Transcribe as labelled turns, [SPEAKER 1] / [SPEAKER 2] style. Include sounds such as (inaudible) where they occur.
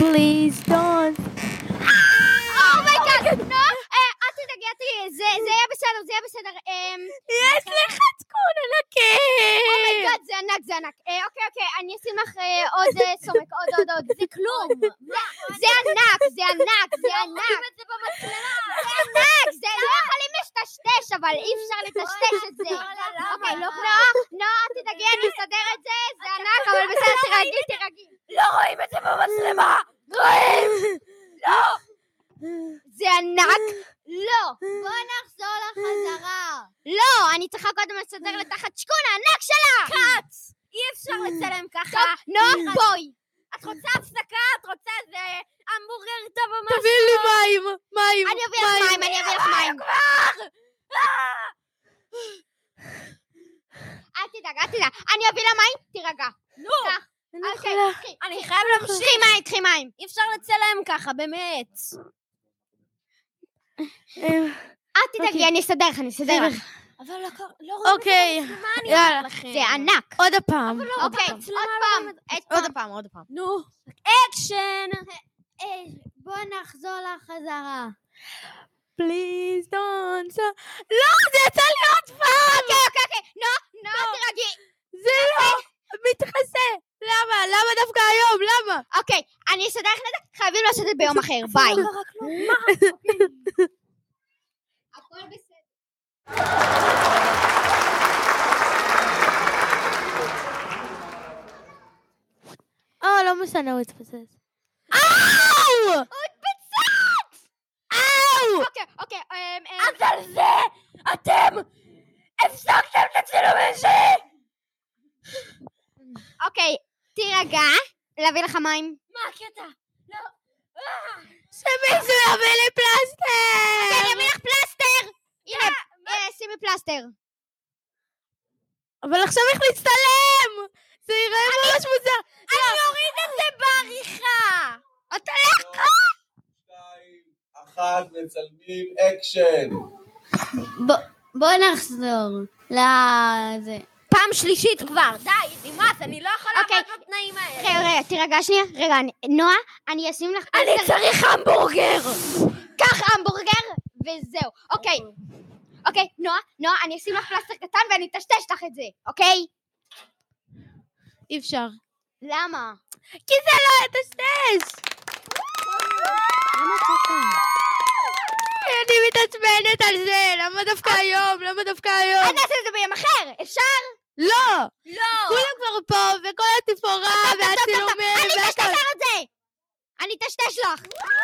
[SPEAKER 1] Please don't.
[SPEAKER 2] Oh אומייגאד, נו, אה, אל תדאגי, זה זה יהיה בסדר, זה יהיה בסדר. אמ,
[SPEAKER 1] יש לך תקון ענקי!
[SPEAKER 2] אומייגאד, אה, זה ענק, זה ענק. אה, אוקיי, אוקיי, אני אשים לך אה, עוד אה, סומק, עוד, עוד, עוד. זה (laughs) כלום. זה ענק, זה ענק, לא זה ענק. זה ענק, זה לא יכולים לטשטש, אבל אי אפשר לטשטש את זה. אוקיי, לא, נועה, נועה, אל תדאגי, אני אסדר את זה, זה ענק, אבל בסדר, תירגעי, תירגעי.
[SPEAKER 1] לא רואים את זה במצלמה! רואים!
[SPEAKER 2] זה ענק? לא. בוא נחזור לחזרה. לא, אני צריכה קודם לסדר לתחת שכון הענק שלה! קאט!
[SPEAKER 3] אה. אי אפשר לצלם ככה. אה,
[SPEAKER 2] טוב, נועה, בואי.
[SPEAKER 3] את רוצה הפסקה? את רוצה איזה המבורגר טוב או משהו? אה,
[SPEAKER 1] תביאי לי מים! מים!
[SPEAKER 2] אני אביא לך מים, אני אביא לך מים. אל תדאג, אל תדאג. אני אביא לה מים, תירגע.
[SPEAKER 3] נו,
[SPEAKER 1] אני
[SPEAKER 2] אוקיי,
[SPEAKER 1] יכולה.
[SPEAKER 2] קחי.
[SPEAKER 3] אני חייב להמשיך.
[SPEAKER 2] קחי מים, קחי מים.
[SPEAKER 3] אי אפשר לצלם ככה, באמת.
[SPEAKER 2] אל
[SPEAKER 3] אוקיי.
[SPEAKER 2] תדאגי, אני אסדר לך, אני אסדר לך.
[SPEAKER 3] אבל לא קורה, לא
[SPEAKER 1] אוקיי,
[SPEAKER 3] מה אני
[SPEAKER 1] יאללה.
[SPEAKER 3] אומרת לכם?
[SPEAKER 2] זה ענק.
[SPEAKER 1] עוד הפעם.
[SPEAKER 2] אוקיי, עוד
[SPEAKER 3] המצלמה לא
[SPEAKER 2] פעם, עוד פעם.
[SPEAKER 1] עוד פעם, עוד פעם.
[SPEAKER 3] נו, אקשן!
[SPEAKER 2] בוא נחזור לחזרה.
[SPEAKER 1] פליז don't. so- לא, זה יצא לי עוד פעם!
[SPEAKER 2] אוקיי, אוקיי, אוקיי. נו, נו, תירגעי.
[SPEAKER 1] זה לא מתחסה! למה? למה דווקא היום? למה?
[SPEAKER 2] אוקיי, אני אסדר לך לדעת, חייבים לעשות את זה ביום אחר, ביי.
[SPEAKER 3] לא קרה כלום.
[SPEAKER 2] הכל בסדר.
[SPEAKER 1] אה, לא משנה, הוא התפסס. אאו! הוא התפסס! אאו!
[SPEAKER 2] אוקיי, אוקיי, אמ, אמ,
[SPEAKER 3] על זה אתם הפסקתם את הצילומים שלי!
[SPEAKER 2] אוקיי, תירגע, להביא לך מים.
[SPEAKER 3] מה הקטע?
[SPEAKER 1] שמישהו יביא לי אה, פלסטר!
[SPEAKER 2] אוקיי, אני אביא לך פלסטר! הנה, אה, שימי פלסטר.
[SPEAKER 1] אבל עכשיו איך להצטלם? זה ייראה ממש מוזר. לא.
[SPEAKER 3] אני אוריד את זה בעריכה!
[SPEAKER 2] אתה לא לך!
[SPEAKER 4] שתיים, אחת, מצלמים, אקשן.
[SPEAKER 3] בוא נחזור לזה. פעם שלישית כבר, די, נמאס, אני לא יכולה
[SPEAKER 2] אוקיי.
[SPEAKER 3] לעמוד בתנאים האלה.
[SPEAKER 2] רגע, רגע, תירגע שנייה. רגע, אני- נועה, אני אשים לך
[SPEAKER 3] אני
[SPEAKER 2] פלסטר.
[SPEAKER 3] צריך המבורגר!
[SPEAKER 2] קח המבורגר, וזהו. אוקיי. אוקיי, נועה, נועה, אני אשים לך פלסטר קטן ואני אטשטש לך את זה, אוקיי?
[SPEAKER 1] אי אפשר.
[SPEAKER 2] למה?
[SPEAKER 1] כי זה לא יטשטש!
[SPEAKER 2] למה צחקה?
[SPEAKER 1] אני מתעצבנת על זה! למה דווקא היום? למה דווקא היום?
[SPEAKER 2] אני אעשה את זה ביום אחר, אפשר?
[SPEAKER 1] לא!
[SPEAKER 3] לא!
[SPEAKER 1] כולם כבר פה, וכל התפאורה,
[SPEAKER 2] טוב, טוב, טוב, טוב,
[SPEAKER 1] והצילומים,
[SPEAKER 2] אני
[SPEAKER 1] והכל.
[SPEAKER 2] אטשטש לך את זה! אני אטשטש לך!